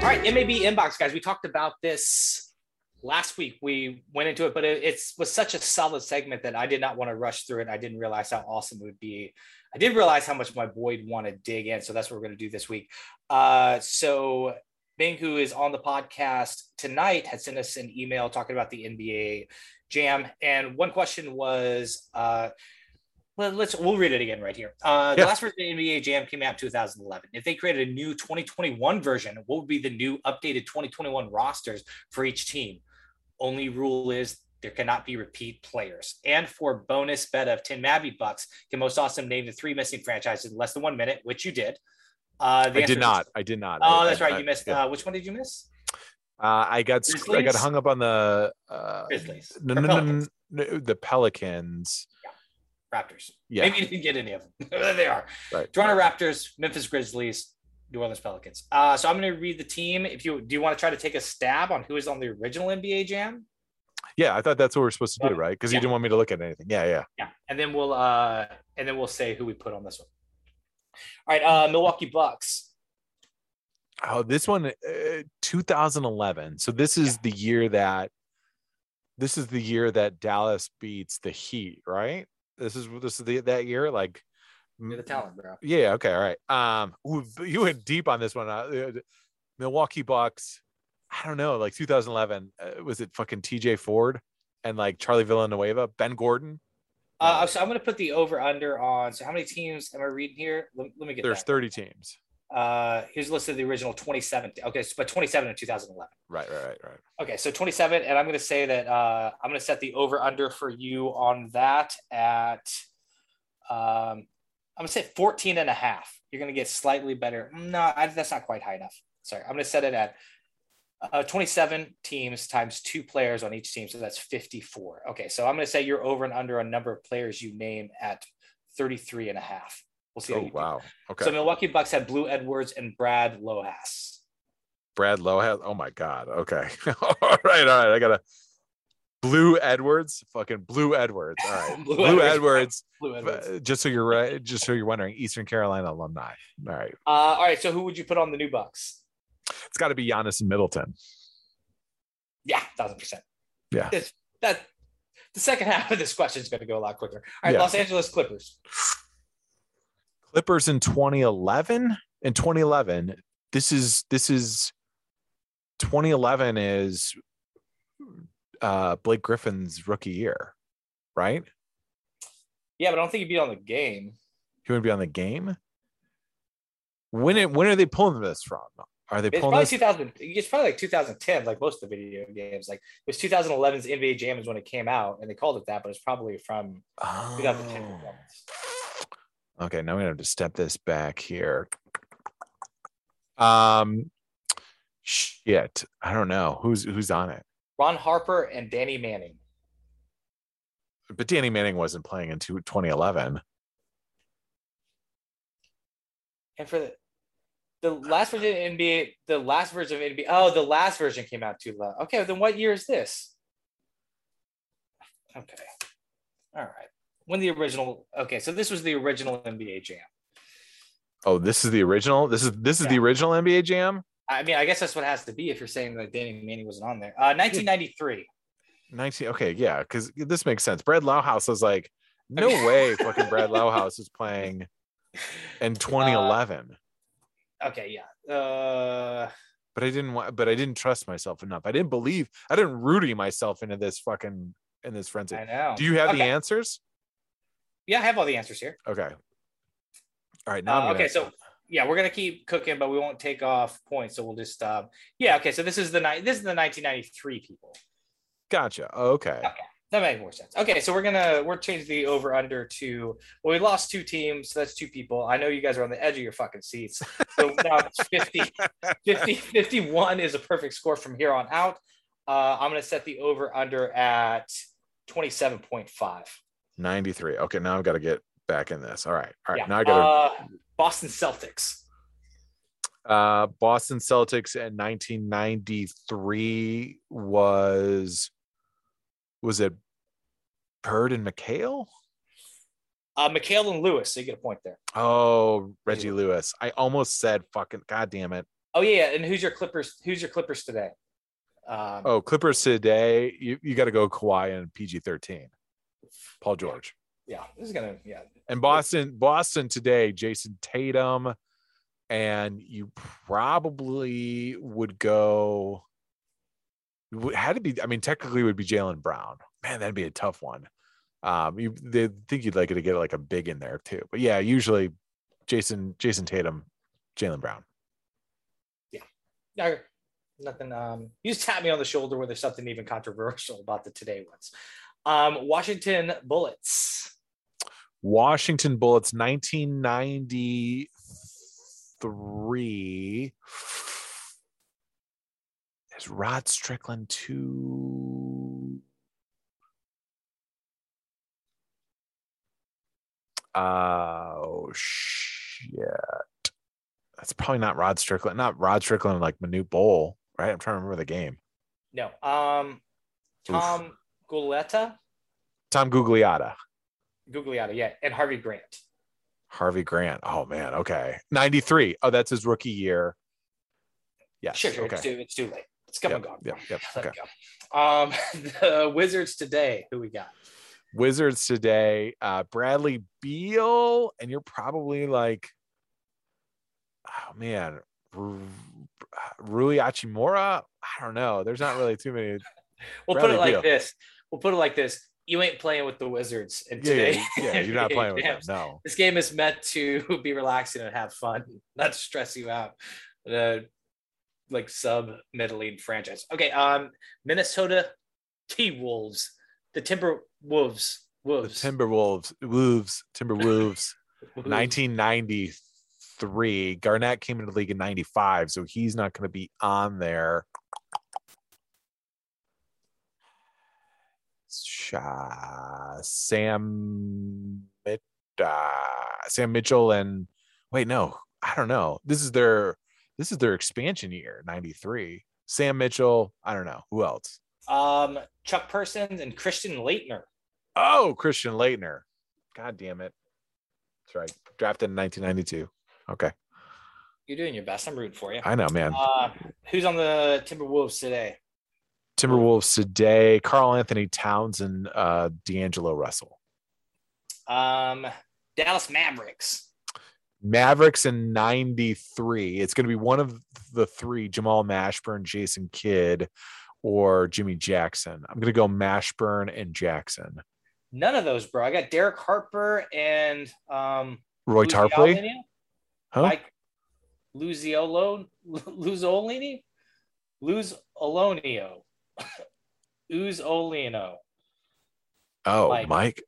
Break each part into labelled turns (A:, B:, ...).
A: the inbox, guys. We talked about this last week. We went into it, but it it's, was such a solid segment that I did not want to rush through it. I didn't realize how awesome it would be. I did realize how much my boy would want to dig in. So that's what we're going to do this week. Uh, so Bing, who is on the podcast tonight, had sent us an email talking about the NBA Jam, and one question was, uh, well, let's we'll read it again right here. Uh, The
B: Yeah.
A: last version of the NBA Jam came out in 2011. If they created a new 2021 version, what would be the new updated 2021 rosters for each team? Only rule is there cannot be repeat players. And for bonus bet of 10 Mabby bucks, can most awesome name the three missing franchises in less than one minute, which you did. Uh, the answer
B: I
A: is-
B: did not. I did not.
A: Oh,
B: I-
A: that's
B: I-
A: right.
B: I-
A: You missed.
B: yeah.
A: Uh, which one did you miss?
B: Uh, I got sc- I got
A: Grizzlies?
B: hung up on the uh,
A: Grizzlies.
B: no,
A: or
B: no, no,
A: Pelicans,
B: no, no, the Pelicans.
A: Raptors.
B: Yeah,
A: Maybe you didn't get any of them. there they are.
B: Right.
A: Toronto Raptors, Memphis Grizzlies, New Orleans Pelicans. Uh, so I'm going to read the team. If you do, you want to try to take a stab on who is on the original NBA Jam?
B: yeah. I thought that's what we're supposed to do,
A: Uh,
B: right? Because
A: yeah.
B: you didn't want me to look at anything. Yeah, yeah.
A: Yeah, and then we'll uh, and then we'll say who we put on this one. All right, uh, Milwaukee Bucks.
B: Oh, this one, uh, 2011. So this is the year that this is the year that Dallas beats the Heat, right? This is this is the that year, like.
A: You're the
B: m-
A: talent, bro.
B: Yeah. Okay. All right. Um, ooh, b- you went deep on this one. Uh, uh, Milwaukee Bucks. I don't know. Like 2011, uh, was it fucking T.J. Ford and like Charlie Villanueva, Ben Gordon?
A: Uh, so I'm going to put the over under on. So how many teams am I reading here? Let, let me get There's
B: There's 30 teams.
A: Uh, here's a list of the original 27. Okay, so, but 27 in 2011.
B: Right. Right. Right. Right.
A: Okay, so 27, and I'm going to say that uh, I'm going to set the over under for you on that at, um, I'm going to say 14 and a half. You're going to get slightly better. No, I, that's not quite high enough. Sorry, I'm going to set it at uh, 27 teams times two players on each team. So that's 54. Okay, so I'm going to say you're over and under on number of players you name at 33 and a half. We'll see. how
B: Oh
A: you do.
B: wow. Okay.
A: So Milwaukee Bucks had Blue Edwards and Brad Lohas.
B: Brad Lowe has. Oh my God. Okay. all right. All right. I gotta. Blue Edwards, fucking Blue Edwards. All right.
A: Blue
B: Blue,
A: Edwards.
B: Edwards.
A: Blue Edwards.
B: uh, Just so you're right. Just so you're wondering, Eastern Carolina alumni. All right.
A: Uh, all right, so who would you put on the new Bucks?
B: It's got to be Giannis and Middleton.
A: Yeah, thousand percent.
B: Yeah.
A: It's- that the second half of this question is going to go a lot quicker. All right,
B: Yeah.
A: Los Angeles Clippers.
B: Clippers in 2011. In 2011, this is this is 2011 is uh Blake Griffin's rookie year, right?
A: Yeah, but I don't think you'd be on the game.
B: He would be on the game. When it, when are they pulling this from? Are they
A: It's
B: pulling
A: probably
B: this?
A: two thousand. It's probably like two thousand ten, like most of the video games. Like it was 2011's NBA Jam is when it came out, and they called it that, but it's probably from
B: Oh.
A: 2010. performance.
B: Okay, now I'm gonna have to step this back here. Um, shit, I don't know who's who's on it.
A: Ron Harper and Danny Manning.
B: but Danny Manning wasn't playing in two- 2011.
A: And for the the last version of NBA, the last version of NBA, oh, the last version came out too low. Okay, then what year is this? Okay, all right. When the original, okay, so this was the original NBA Jam.
B: Oh, this is the original. This is this is the original NBA Jam,
A: I mean, I guess that's what it has to be if you're saying that Danny Manning wasn't on there. Uh, 1993.
B: 19. Okay, yeah, because this makes sense. Brad Lauhaus was like, no way, fucking Brad Lauhaus is playing
A: Uh,
B: in 2011.
A: Okay, yeah. Uh,
B: but I didn't want. But I didn't trust myself enough. I didn't believe. I didn't Rudy myself into this fucking in this frenzy.
A: I know.
B: Do you have the
A: Okay.
B: answers?
A: Yeah, I have all the answers here.
B: Okay. All right. Now. I'm
A: Uh,
B: gonna-
A: okay, so yeah, we're gonna keep cooking, but we won't take off points. So we'll just um, yeah. Okay, so this is the night. This is the 1993 people.
B: gotcha. Okay.
A: That made more sense. Okay, so we're gonna we're changing the over under to well, we lost two teams, so that's two people. I know you guys are on the edge of your fucking seats. So now it's 50, 50 51 is a perfect score from here on out. Uh, I'm gonna set the over under at 27.5.
B: 93. Okay. Now I've got to get back in this. All right. All right.
A: yeah.
B: Now I got to.
A: uh, Boston Celtics.
B: Uh, Boston Celtics in 1993 was was it Bird and McHale?
A: Uh, Mikhail and Lewis, so you get a point there.
B: Oh, Reggie
A: Yeah.
B: Lewis. I almost said fucking god damn it.
A: Oh yeah, and who's your Clippers? Who's your Clippers today? Um,
B: Oh, Clippers today. You, you got to go Kawhi and PG thirteen. Paul George
A: yeah, this is gonna yeah.
B: and Boston. Boston today. Jason Tatum, and you probably would go. would- Had to be. I mean, technically, it would be Jalen Brown. Man, that'd be a tough one. Um, you they think you'd like it to get like a big in there too, but yeah, usually Jason Jason Tatum, Jalen Brown.
A: I- nothing. Um, you just tap me on the shoulder where there's something even controversial about the today ones. Um, Washington Bullets.
B: Washington Bullets 1993. Is Rod Strickland too? Oh, shit. That's probably not Rod Strickland. Not Rod Strickland, like Manute Bowl, right? I'm trying to remember the game.
A: No. Um,
B: Oof.
A: Tom Guletta,
B: Tom Gugliotta,
A: Gugliotta, yeah, and Harvey Grant.
B: Harvey Grant. Oh, man. Okay. 93. Oh, that's his rookie year. Yes.
A: sure, sure.
B: okay.
A: It's, too, it's too late. It's come and
B: Yep,
A: gone.
B: yep, yep,
A: Let
B: okay.
A: it go. Um, the Wizards today. Who we got?
B: Wizards today, uh, Bradley Beal, and you're probably like, oh man, Ru- Rui Achimura. I don't know. There's not really too many.
A: We'll put
B: Bradley
A: it like
B: Beal.
A: this. We'll put it like this. You ain't playing with the Wizards, and
B: Yeah,
A: today,
B: yeah, yeah, you're not playing with them. No,
A: This game is meant to be relaxing and have fun, not to stress you out. The like sub middling franchise. Okay, um, Minnesota T Wolves, the Timber Wolves,
B: the
A: Wolves,
B: Timberwolves, Wolves, Timberwolves,
A: Wolves.
B: 1993. Garnett came into the league in 95, so he's not going to be on there. Sha- Sam Mit- uh, Sam Mitchell and wait, no, I don't know. This is their this is their expansion year, 93. Sam Mitchell, I don't know who else.
A: Um, Chuck Persons and Christian Leitner.
B: Oh, Christian Leitner. God damn it. That's right. Drafted in 1992. Okay.
A: You're doing your best. I'm rooting for you.
B: I know, man.
A: Uh, who's on the Timberwolves today?
B: Timberwolves today, Carl Anthony Towns and uh, D'Angelo Russell.
A: Um, Dallas Mavericks.
B: Mavericks in 93. It's going to be one of the three Jamal Mashburn, Jason Kidd, or Jimmy Jackson. I'm going to go Mashburn and Jackson.
A: None of those, bro. I got Derek Harper and um,
B: Roy
A: Luciano
B: Tarpley?
A: Lini?
B: Huh?
A: Mike Luziolo, Luzolini, Luzolonio, Uzolino.
B: Oh,
A: Mike.
B: Mike.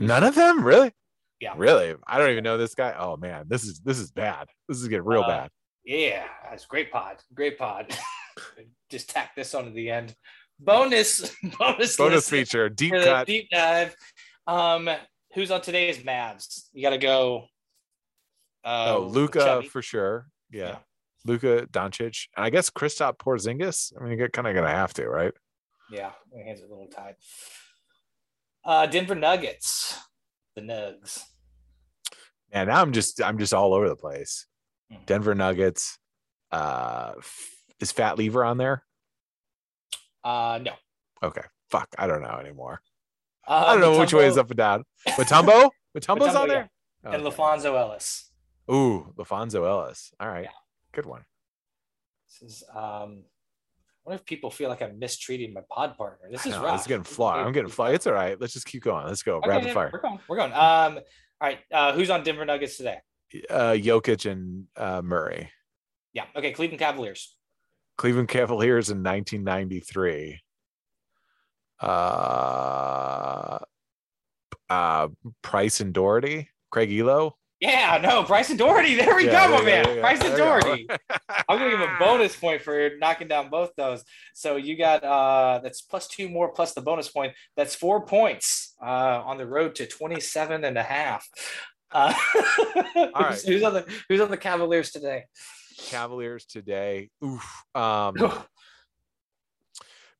B: None of them? Really?
A: Yeah.
B: Really? I don't even know this guy. Oh man, this is this is bad. This is getting real
A: Uh,
B: bad.
A: Yeah, that's great pod. Great pod. Just tack this onto the end. Bonus, bonus,
B: Bonus
A: listen
B: feature, deep
A: for the
B: cut.
A: deep dive. Um, who's on today's Mavs? You got to go. Uh,
B: Oh, Luca
A: Chubby.
B: for sure. Yeah.
A: Yeah.
B: Luca Doncic. And I guess Kristaps Porzingis. I mean, you're kind of gonna have to, right?
A: Yeah, my hands are a little tied. Uh, Denver Nuggets, the Nugs.
B: And now I'm just I'm just all over the place.
A: Mhm.
B: Denver Nuggets. Uh f- is Fat Lever on there?
A: Uh, no,
B: Okay. Fuck. I don't know anymore.
A: Uh,
B: I don't know which way is
A: Mutombo
B: up and down. Matumbo? Matumbo's
A: Mutombo,
B: on there?
A: And
B: Okay.
A: LaFonso Ellis.
B: Ooh, LaFonso Ellis. All right.
A: Yeah.
B: Good one.
A: This is, um, I wonder if people feel like I'm mistreating my pod partner. This
B: I
A: is
B: know,
A: rough.
B: It's getting fly. I'm getting fly. It's all right. Let's just keep going. Let's go.
A: Okay,
B: Rapid
A: yeah,
B: fire.
A: We're going. We're going. Um, all right. Uh, who's on Denver Nuggets today?
B: Uh Jokic and uh Murray.
A: Yeah. Okay. Cleveland Cavaliers.
B: Cleveland Cavaliers in 1993. Uh, uh, Price and Doherty, Craig Elo.
A: Yeah. No. Bryson Doherty. There we
B: Yeah,
A: go, my
B: yeah,
A: man.
B: yeah, yeah.
A: Bryson
B: There you go.
A: Doherty. I'm gonna give a bonus point for knocking down both those. So you got uh that's plus two more plus the bonus point. That's four points uh on the road to 27 and a half. Uh,
B: right.
A: who's, who's on the who's on the Cavaliers today?
B: Cavaliers today. Oof. Um,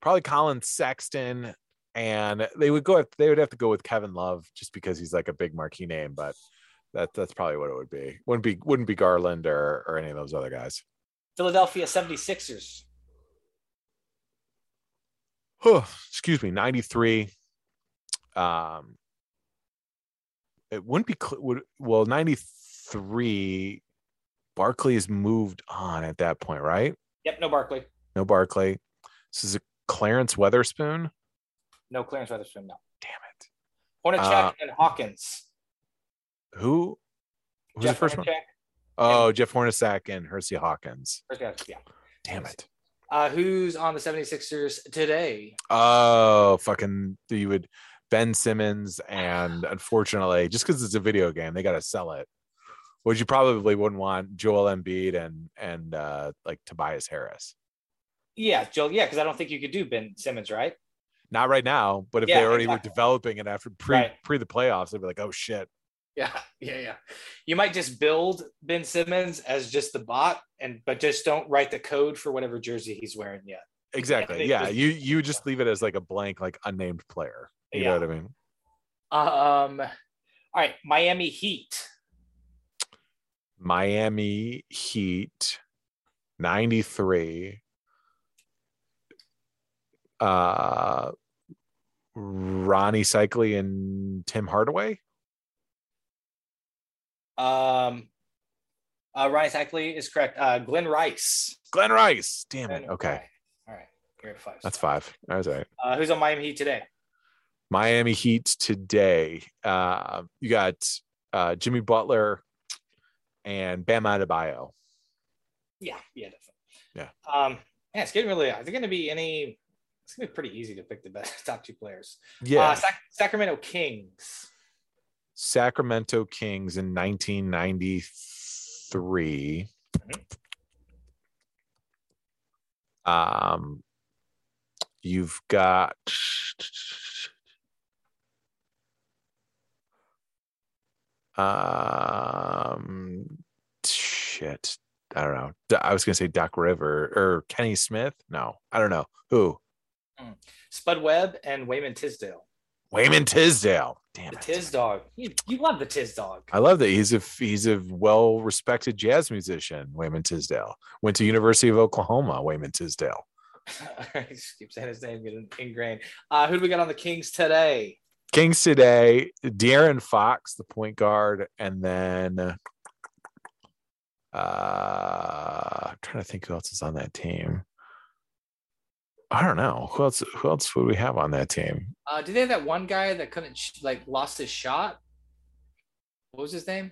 B: probably Colin Sexton, and they would go. They would have to go with Kevin Love just because he's like a big marquee name. But That that's probably what it would be. Wouldn't be wouldn't be Garland or or any of those other guys.
A: Philadelphia 76ers.
B: Oh, excuse me, 93. Um it wouldn't be cl- would well 93 Barkley has moved on at that point, right?
A: Yep, no Barkley.
B: No Barkley. This is a Clarence Weatherspoon.
A: No Clarence Weatherspoon, no.
B: Damn it.
A: Hornacek
B: Uh,
A: and Hawkins.
B: Who? Who's the first one?
A: Hornacek,
B: Oh, Jeff Hornacek and Hersey Hawkins.
A: first guy, yeah.
B: Damn it.
A: Uh, who's on the 76ers today?
B: Oh, fucking you would Ben Simmons and unfortunately, just because it's a video game, they gotta sell it. Which you probably wouldn't want Joel Embiid and and uh like Tobias Harris.
A: Yeah, Joel. Yeah, because I don't think you could do Ben Simmons, right?
B: Not right now, but if they
A: Yeah,
B: already
A: exactly.
B: were developing it after pre
A: Right.
B: pre the playoffs, they'd be like, oh shit.
A: Yeah, yeah, yeah. You might just build Ben Simmons as just the bot, and but just don't write the code for whatever jersey he's wearing yet.
B: Exactly.
A: they
B: Yeah.
A: just-
B: You you would just leave it as like a blank, like unnamed player. You
A: Yeah.
B: know what I mean?
A: Um, all right, Miami Heat.
B: Miami Heat 93 uh Ronnie Cycli and Tim Hardaway
A: Um, uh, Ryan Sackley is correct. Uh, Glenn Rice.
B: Glenn Rice damn it
A: Glenn
B: okay
A: Rice. All right, you're at five.
B: that's five that was all right
A: Uh, who's on Miami Heat today?
B: Miami Heat today uh you got uh Jimmy Butler and Bam
A: Uh,
B: Adebayo
A: Yeah, yeah, definitely. Yeah. Um, yeah, it's getting really. Is it going to be any? It's going to be pretty easy to pick the best top two players.
B: yeah
A: Uh, Sac- Sacramento Kings.
B: Sacramento Kings in 1993. Um, you've got um, shit. I don't know. D- I was gonna say Doc River or Kenny Smith. No, I don't know who.
A: Spud Webb and Wayman Tisdale.
B: Wayman Tisdale. Damn
A: The
B: it.
A: Tiz dog. You, you love the Tiz dog.
B: I love that he's a he's a well respected jazz musician. Wayman Tisdale went to University of Oklahoma. Wayman Tisdale,
A: I just keep saying his name, getting ingrained. Uh, who do we got on the Kings today?
B: Kings today. De'Aaron Fox, the point guard, and then uh, I'm trying to think who else is on that team. I don't know who else. Who else would we have on that team?
A: Uh, did they have that one guy that couldn't sh- like lost his shot? What was his name?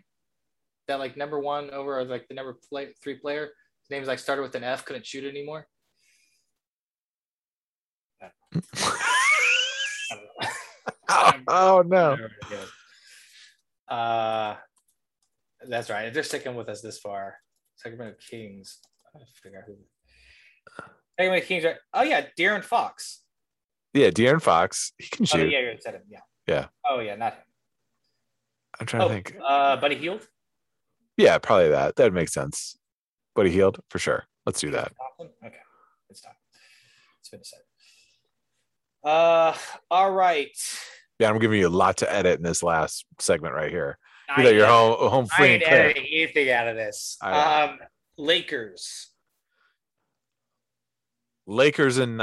A: That like number one over like the number play- three player. His name's like started with an F, couldn't shoot anymore. I don't know.
B: oh no!
A: Uh, that's right. If they're sticking with us this far, Sacramento Kings. I gotta figure out who. Sacramento Kings. Right? Oh yeah, De'Aaron Fox.
B: Yeah, De'Aaron Fox. He can
A: Oh
B: shoot.
A: yeah, you said him. Yeah.
B: Yeah.
A: Oh yeah, not him.
B: I'm trying
A: Oh,
B: to think.
A: uh, Buddy Heald.
B: Yeah, probably that. That makes sense. But he healed for sure. Let's do that.
A: Thompson? Okay, it's time. It's been a second. Uh, all right.
B: Yeah, I'm giving you a lot to edit in this last segment right here. You
A: I
B: know, you're
A: ain't-
B: home, home
A: I
B: free and
A: ain't
B: clear.
A: editing anything out of this.
B: All right.
A: Um, Lakers.
B: Lakers in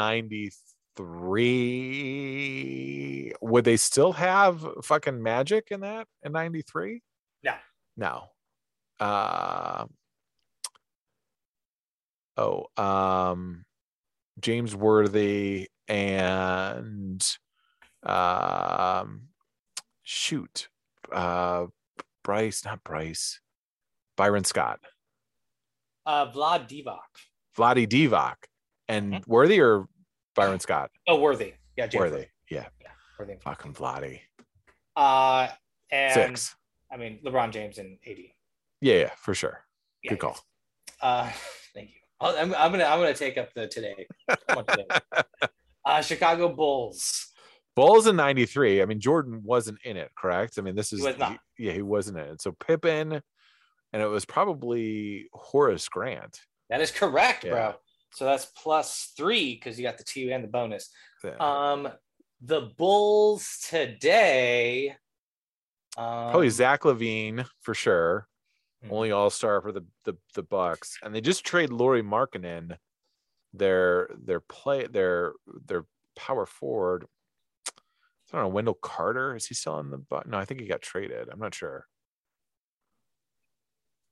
B: 93. Would they still have fucking magic in that in 93?
A: No.
B: No. Uh, oh, um, James Worthy and um, shoot, uh, Bryce, not Bryce, Byron Scott,
A: Uh, Vlad Divac.
B: Vladi Divac, and Worthy or Byron Scott?
A: Oh, Worthy. Yeah, James
B: Worthy, yeah,
A: Worthy.
B: fucking Vladi.
A: Uh, and
B: Six,
A: I mean LeBron James and AD.
B: yeah, yeah, for sure.
A: Yeah,
B: Good call.
A: Uh, thank you. I'll- I'm, I'm gonna I'm gonna take up the today. I want today. uh, Chicago Bulls.
B: Bulls in '93. I mean, Jordan wasn't in it, correct? I mean, this is
A: was
B: the-
A: not.
B: yeah, he wasn't in it. So Pippen, and it was probably Horace Grant.
A: That is correct,
B: Yeah.
A: bro. So that's plus three because you got the two and the bonus.
B: Yeah.
A: Um, the Bulls today. Um,
B: probably Zach Levine for sure.
A: Mhm.
B: Only All Star for the, the the Bucks, and they just trade Lori Markkinen, their their play their their power forward. I don't know Wendell Carter is he still on the Buck? No, I think he got traded. I'm not sure.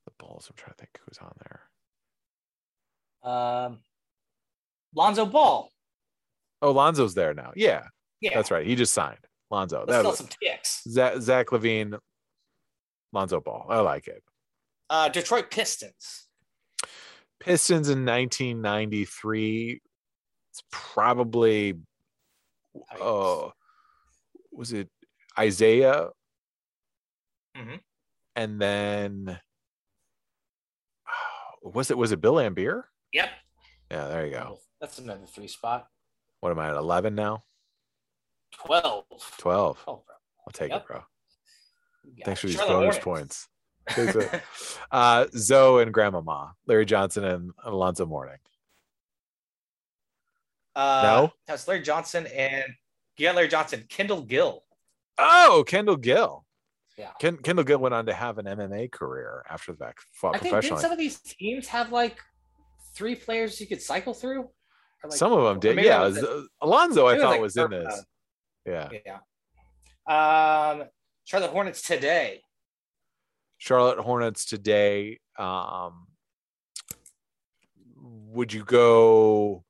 B: The Bulls. I'm trying to think who's on there.
A: Um, Lonzo Ball.
B: Oh, Lonzo's there now. Yeah,
A: Yeah,
B: that's right. He just signed Lonzo.
A: Let's
B: That
A: sell
B: was,
A: some ticks.
B: Zach, Zach Levine, Lonzo Ball. I like it.
A: Uh, Detroit Pistons.
B: Pistons in 1993. It's probably
A: Yikes.
B: oh, was it Isaiah?
A: Mhm.
B: And then was it was it Bill Lambier?
A: Yep.
B: Yeah, there you go.
A: That's another three spot.
B: What am I at 11 now?
A: 12.
B: 12. I'll
A: Oh, bro.
B: take
A: Yep.
B: it, bro.
A: You got
B: Thanks
A: it.
B: for these
A: Charlotte
B: bonus
A: Hornets.
B: points. Thanks for- uh, Zoe and Grandmama, Larry Johnson and Alonzo Mourning.
A: Uh,
B: No?
A: That's Larry Johnson and you got Larry Johnson, Kendall Gill.
B: Oh, Kendall Gill.
A: Yeah.
B: Ken, Kendall Gill went on to have an MMA career after the fact, fought
A: I think didn't
B: professionally.
A: some of these teams have like three players you could cycle through? Or, like,
B: some of them
A: or
B: did.
A: maybe that
B: Yeah.
A: was it.
B: Z- Alonzo, I
A: Maybe it
B: thought
A: was,
B: was,
A: like, uh,
B: in
A: Irvin.
B: this. Yeah.
A: Yeah. Um, Charlotte Hornets today.
B: Charlotte Hornets today. Um, would you go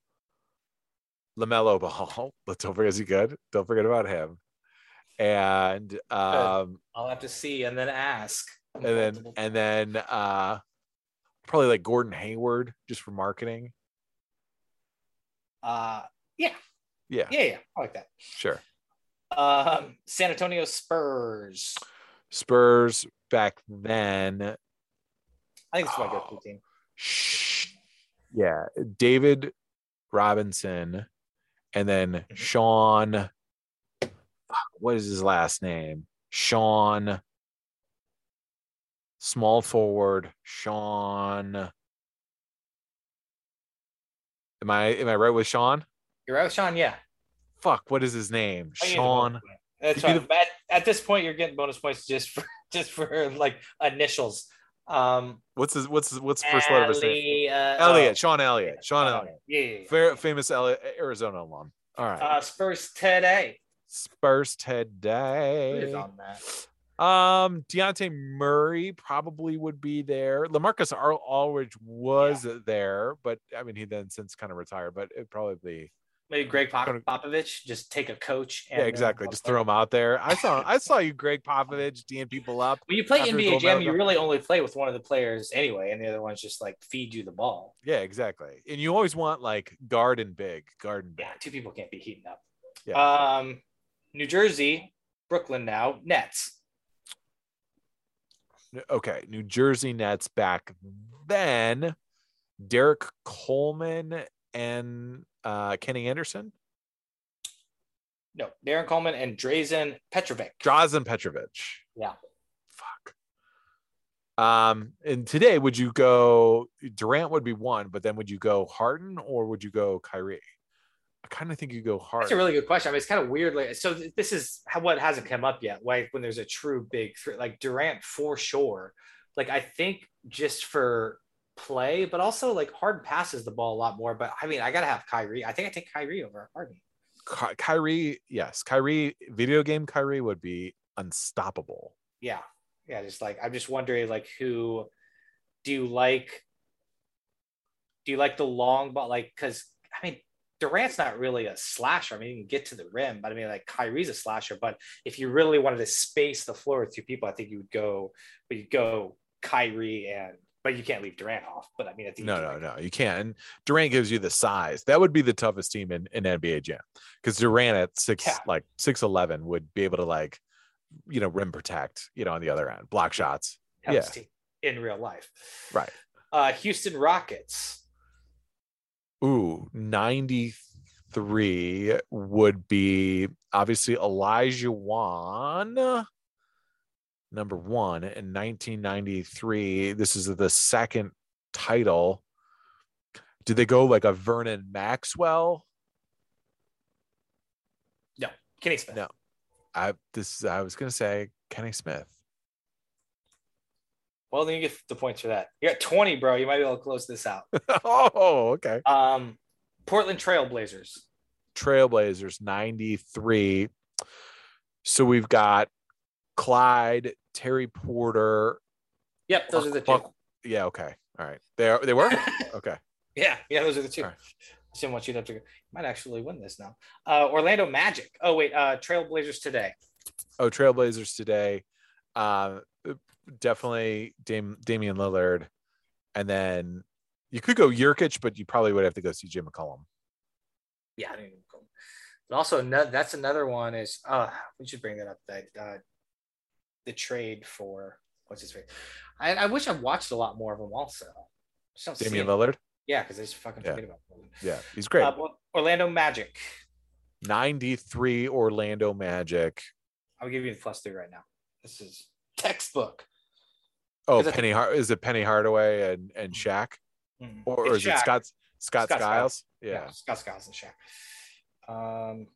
B: LaMelo Ball? Let's don't forget, is he good? Don't forget about him. And, um,
A: I'll have to see and then ask.
B: and then, and then, uh, probably like Gordon Hayward just for marketing.
A: uh,
B: Yeah.
A: yeah, yeah, I like that.
B: Sure.
A: Um, San Antonio Spurs.
B: Spurs back then
A: I think it's my go-to team.
B: Sh- yeah, David Robinson, and then
A: Mm-hmm.
B: Sean. fuck, What is his last name? Sean. Small forward, Sean. Am I am I right with Sean?
A: You're right, with Sean. Yeah,
B: Fuck, what is his name?
A: I need a
B: Sean.
A: bonus point. That's
B: Give me
A: right. At, at this point, you're getting bonus points just for just for like initials. Um,
B: What's his what's his, what's the first letter of his
A: Ali,
B: name?
A: uh,
B: Elliott,
A: oh,
B: Sean Elliott, Sean Elliott,
A: Elliott. Yeah, yeah, yeah.
B: Fair- famous Elliott, Arizona alum. All right.
A: Uh, Spurs today.
B: Spurs
A: Who
B: today.
A: is on that?
B: Um, Deontay Murray probably would be there. Lamarcus Al- Aldridge was there, but I mean, he then since kind of retired, but it probably,
A: Maybe Greg Pop-
B: Gonna-
A: Popovich. Just take a coach. uh,
B: yeah, exactly. Just throw him out there. I saw, I saw you, Greg Popovich, D'ing people up.
A: When you play
B: after
A: NBA
B: gold
A: Jam,
B: medal.
A: you really only play with one of the players anyway, and the other one's just like feed you the ball.
B: Yeah, exactly. And you always want like guard and big, guard and big.
A: Yeah, two people can't be heating up.
B: Yeah.
A: Um, New Jersey, Brooklyn now, Nets.
B: Okay, New Jersey Nets back then. Derek Coleman and uh, Kenny Anderson,
A: No, Darren Coleman and Drazen Petrovic.
B: Drazen Petrovic.
A: Yeah.
B: Fuck. Um, and today, would you go Durant would be one, but then would you go Harden or would you go Kyrie? I kind of think you go Harden.
A: That's a really good question. I mean, it's kind of weird. Like, so th- this is how, what hasn't come up yet. Like when there's a true big three, like Durant for sure. Like I think just for play, but also like Harden passes the ball a lot more. But I mean, I gotta have Kyrie. I think I take Kyrie over Harden.
B: Ky- Kyrie, yes, Kyrie, video game Kyrie would be unstoppable.
A: Yeah, yeah. Just like I'm just wondering, like who do you like? Do you like the long ball? Like, because I mean, Durant's not really a slasher. I mean, he can get to the rim, but I mean, like Kyrie's a slasher. But if you really wanted to space the floor with two people, I think you would go, but you go Kyrie and, but you can't leave Durant off. But I mean, I think
B: No, no, no, you can't. And Durant gives you the size. That would be the toughest team in, in NBA Jam because Durant at six,
A: Yeah.
B: like six eleven, would be able to like, you know, rim protect. You know, on the other end, block shots.
A: no,
B: yeah.
A: in real life,
B: Right.
A: Uh, Houston Rockets.
B: Ooh, 93 would be obviously Elijah Wan, number one in 1993. This is the second title. Did they go like a Vernon Maxwell?
A: Kenny Smith.
B: No. I this I was gonna say Kenny Smith.
A: Well, then you get the points for that. You're at 20, bro. You might be able to close this out.
B: oh, okay.
A: Um, Portland Trailblazers.
B: Trailblazers 93. So we've got Clyde, Terry Porter.
A: Yep, those are the two.
B: Buck- Yeah, okay. All right. They are they were? Okay.
A: Yeah, yeah, those are the two.
B: All right.
A: I didn't want you to have to go. Might actually win this now. Uh, Orlando Magic. Oh wait, uh, Trailblazers today.
B: Oh, Trailblazers today. Um definitely Dam- Damian Lillard. And then you could go Yurkic, but you probably would have to go CJ McCollum.
A: Yeah, I didn't even go. But also, no, that's another one is uh, we should bring that up that uh, the trade for what's his face. I, I wish I watched a lot more of them. Also, Just don't see
B: Damian
A: it.
B: Lillard.
A: Yeah, because I just fucking
B: Yeah.
A: forget about them.
B: Yeah, he's great.
A: Uh, well, Orlando Magic.
B: 93 Orlando Magic.
A: I'll give you the plus three right now. This is textbook.
B: Oh,
A: Is it-
B: Penny Har- is it Penny Hardaway and and Shaq,
A: Mhm.
B: or, or
A: It's
B: is it
A: Shaq.
B: Scott Scott,
A: Scott
B: Skiles?
A: Skiles.
B: Yeah.
A: Scott Skiles and Shaq. Um,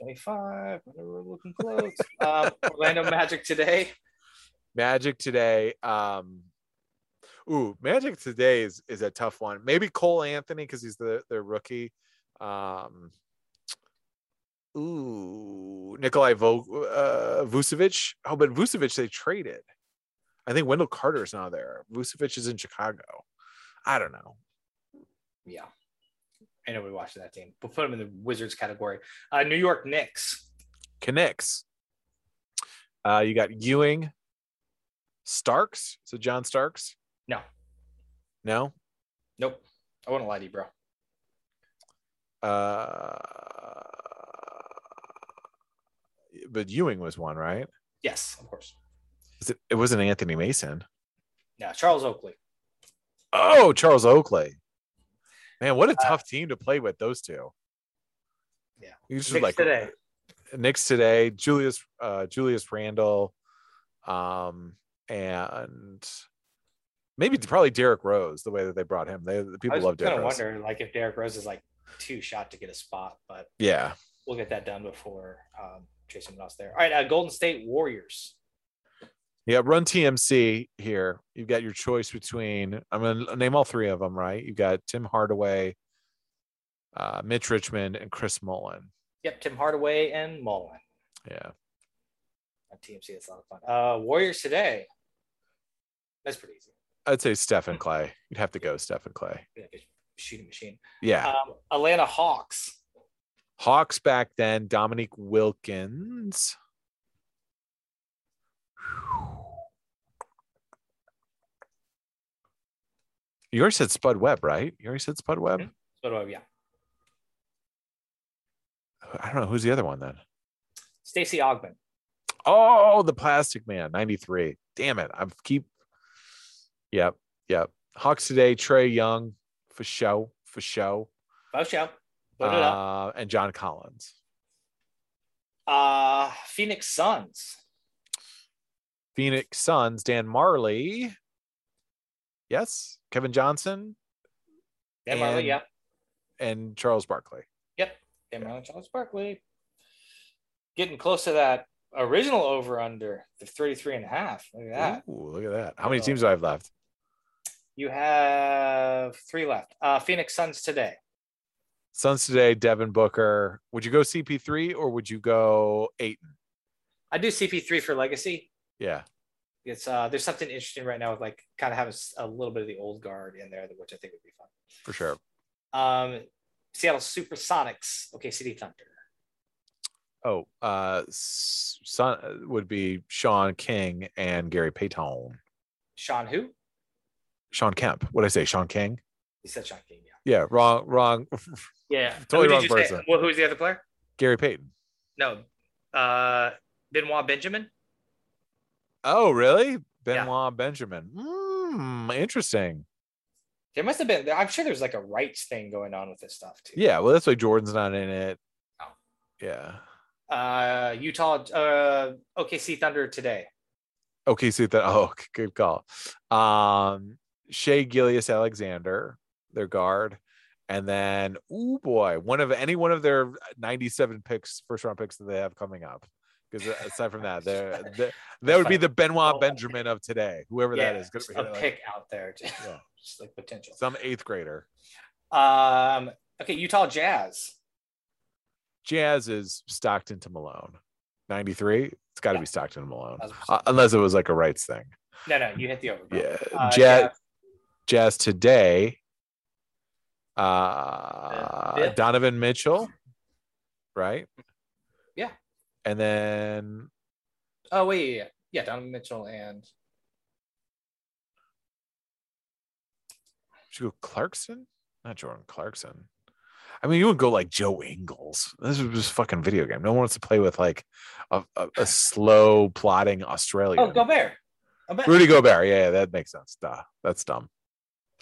A: 25. Whenever we're looking close. um, Orlando Magic today.
B: Magic today. Um, ooh, Magic today is is a tough one. Maybe Cole Anthony because he's the the rookie. Um, ooh, Nikolai Vo- uh, Vucevic. Oh, but Vucevic they traded. I think Wendell Carter's not there. Vucevic is in Chicago. I don't know.
A: Yeah. I know we watched that team. We'll put them in the Wizards category. Uh, New York Knicks.
B: Knicks. Uh, you got Ewing, Starks. So John Starks.
A: No.
B: No.
A: Nope. I wouldn't lie to you, bro.
B: Uh, but Ewing was one, right?
A: Yes, of course.
B: Was it, it wasn't Anthony Mason.
A: No, Charles Oakley.
B: Oh, Charles Oakley. Man, what a tough team to play with those two.
A: Uh, Yeah.
B: you just
A: Knicks
B: like
A: today.
B: Knicks today, Julius uh, Julius Randall, um, and maybe probably Derek Rose. The way that they brought him, they the people
A: I
B: love
A: was
B: Derek
A: gonna
B: Rose.
A: wonder like if Derrick Rose is like two shot to get a spot, but
B: Yeah,
A: we'll get that done before um, Jason Ross there. All right, uh, Golden State Warriors.
B: yeah. Run TMC here. You've got your choice between. I'm gonna name all three of them. Right? You've got Tim Hardaway, uh, Mitch Richmond, and Chris Mullen.
A: Yep, Tim Hardaway and Mullen
B: Yeah,
A: on TMC. That's a lot of fun. Uh, Warriors today. That's pretty easy.
B: I'd say
A: Hmm.
B: Stephen Clay. You'd have to go Stephen Clay.
A: Yeah, big Shooting machine.
B: Yeah,
A: Um, Atlanta Hawks.
B: Hawks back then. Dominique Wilkins. You already said Spud Webb, right? You already said Spud Webb.
A: Mhm. So do I, yeah.
B: I don't know who's the other one then.
A: Stacy Ogman.
B: Oh, the Plastic Man, '93. Damn it, I'm keep. Yep, yep. Hawks today. Trey Young for show, for show,
A: Bo Show. Vote it up.
B: uh, and John Collins.
A: Uh, Phoenix Suns.
B: Phoenix Suns, Dan Marley. Yes, Kevin Johnson
A: Dan Marley.
B: And-
A: Yep.
B: and Charles Barkley.
A: Dan Marley. Charles Barkley. Getting close to that original over under the 33 and a half. Look at that.
B: Ooh, look at that. How many
A: Oh.
B: teams do I have left?
A: You have three left. Uh, Phoenix Suns today.
B: Suns today, Devin Booker. Would you go CP3 or would you go Aiton?
A: I do CP3 for legacy.
B: Yeah.
A: it's uh there's something interesting right now with like kind of having s- a little bit of the old guard in there which i think would be fun
B: For sure.
A: um seattle supersonics okay city thunder
B: Oh, uh S- Sun uh, would be Sean King and Gary Payton.
A: sean who
B: Sean Kemp. What did I say? Sean King?
A: he said sean king yeah
B: Yeah, wrong, wrong.
A: yeah Who
B: Totally
A: did
B: wrong
A: you say?
B: person.
A: well, who's the other player
B: Gary Payton.
A: no uh benoit benjamin
B: Oh, really? Benoit Benjamin. Mm, interesting.
A: there must have been i'm sure there's like a rights thing going on with this stuff too
B: Yeah, well, that's why Jordan's not in it.
A: Oh.
B: Yeah.
A: uh utah uh okc thunder today
B: Okay, so that oh, okay, good call. Um Shea Gillius Alexander, their guard, And then, oh boy, one of any one of their 97 picks, first round picks that they have coming up. Because aside from that, they're, they that would be the Benoit Benjamin of today, whoever
A: yeah,
B: that is.
A: just
B: Gonna
A: a
B: be like,
A: pick out there, just,
B: Yeah.
A: just like potential.
B: some eighth grader.
A: Um, okay, Utah Jazz.
B: Jazz is Stockton to Malone. 93. It's got to
A: Yeah.
B: be Stockton to Malone,
A: Thousand percent.
B: Uh, unless it was like a rights thing.
A: No, no, you hit the over. bro.
B: Yeah.
A: Uh,
B: Jazz,
A: Jazz.
B: Jazz today. Uh,
A: fifth.
B: Donovan Mitchell, right?
A: Yeah.
B: And then
A: Oh wait, yeah, yeah, yeah. Donovan Mitchell and
B: should we go Clarkson, not Jordan Clarkson. I mean, you would go like Joe Ingles. This is just a fucking video game. No one wants to play with like a, a, a slow plotting Australian.
A: oh Gobert. Gobert.
B: Rudy Gobert. Yeah, yeah, that makes sense. Duh. That's dumb.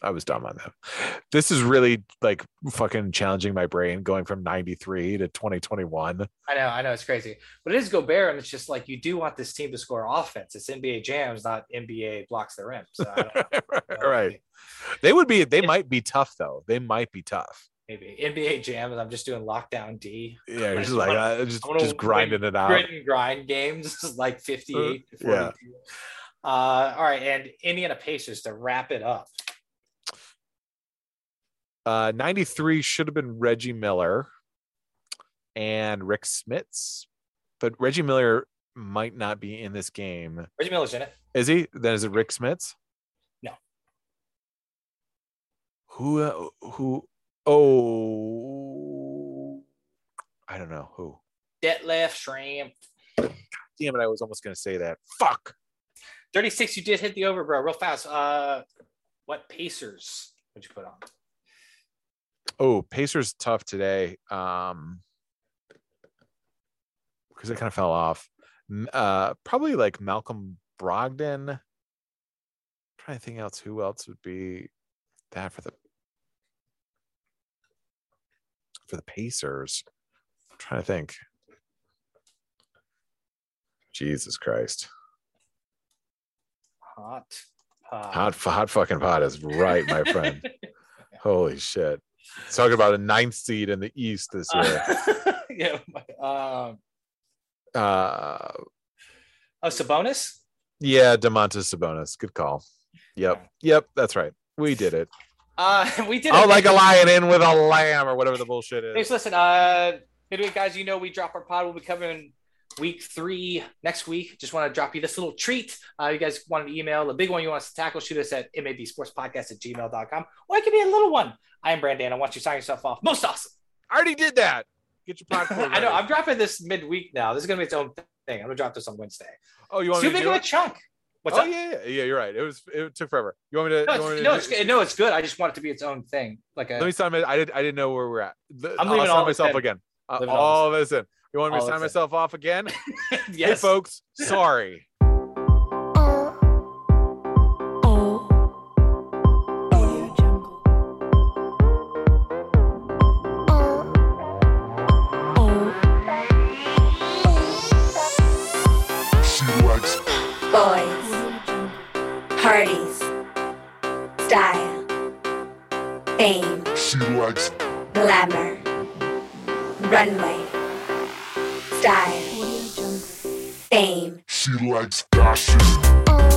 B: I was dumb on that. This is really like fucking challenging my brain going from 93 to 2021.
A: I know, I know, it's crazy, but it is Gobert, and it's just like you do want this team to score offense. It's NBA jams, not NBA blocks the rim. So I don't know.
B: right. They would be, they might be tough though. They might be tough.
A: Maybe NBA jams. I'm just doing lockdown D.
B: Yeah,
A: I
B: just
A: just
B: like
A: wanna-
B: uh, just,
A: I wanna
B: just grinding it out.
A: Grit and grind games like 58 to 42.
B: uh, yeah.
A: Uh, all right, and Indiana Pacers to wrap it up.
B: Uh, 93 should have been Reggie Miller and Rick Smits, but Reggie Miller might not be in this game.
A: Reggie Miller's in it.
B: Is he? Then is it Rick Smits?
A: No.
B: Who? uh, Who? Oh, I don't know who.
A: Detlef Shrimp.
B: Damn it! I was almost gonna say that. Fuck.
A: 36, you did hit the over, bro, real fast. Uh, what Pacers would you put on?
B: Oh, Pacers tough today. Um, because it kind of fell off. M- Uh, probably like Malcolm Brogdon. trying to think else. Who else would be that for the for the Pacers? I'm trying to think. Jesus Christ.
A: Hot. Uh,
B: Hot fu- hot fucking pot is right, my friend. Holy shit. Let's talk about a ninth seed in the East this year.
A: Uh, yeah. Um,
B: Uh
A: oh, Sabonis?
B: yeah, DeMontis Sabonis. Good call. Yep. Yep, that's right. We did it.
A: Uh, we did
B: Oh,
A: it.
B: like a lion in with a lamb or whatever the bullshit
A: Thanks,
B: is.
A: listen. Uh, midweek guys, you know we drop our pod. We'll be covering week three next week. Just want to drop you this little treat. Uh, you guys want an email, the big one you want us to tackle, shoot us at mabsportspodcast at gmail.com. Or it could be a little one. I am Brandon. I want you to sign yourself off. Most awesome.
B: I already did that. Get your popcorn.
A: I know.
B: ready.
A: I'm dropping this midweek now. This is going to be its own thing. I'm going to drop this on Wednesday.
B: Oh, you want
A: Too
B: me to
A: big
B: do
A: of a
B: it?
A: chunk. What's
B: oh
A: up?
B: yeah, yeah, yeah. You're right. It was it took forever. You want me to? you
A: No,
B: want me
A: it's,
B: to
A: no,
B: do-
A: it's, no, it's good. I just want it to be its own thing. Like a,
B: Let me sign. My, I did. I didn't know where we're at. The,
A: I'm
B: I'll
A: leaving
B: sign
A: all this
B: myself
A: in.
B: again. Uh,
A: Leaving all
B: all this in. You want me to
A: All
B: sign
A: this in.
B: myself off again? Hey,
A: yes.
B: folks. Sorry.
C: Oh. Audio Jungle. Oh.
D: boys,
C: Audio Jungle.
D: parties, style, fame,
E: She likes
D: glamour, runway, style,
C: Audio Jungle.
D: fame.
E: she likes fashion.
D: Oh.
C: Oh,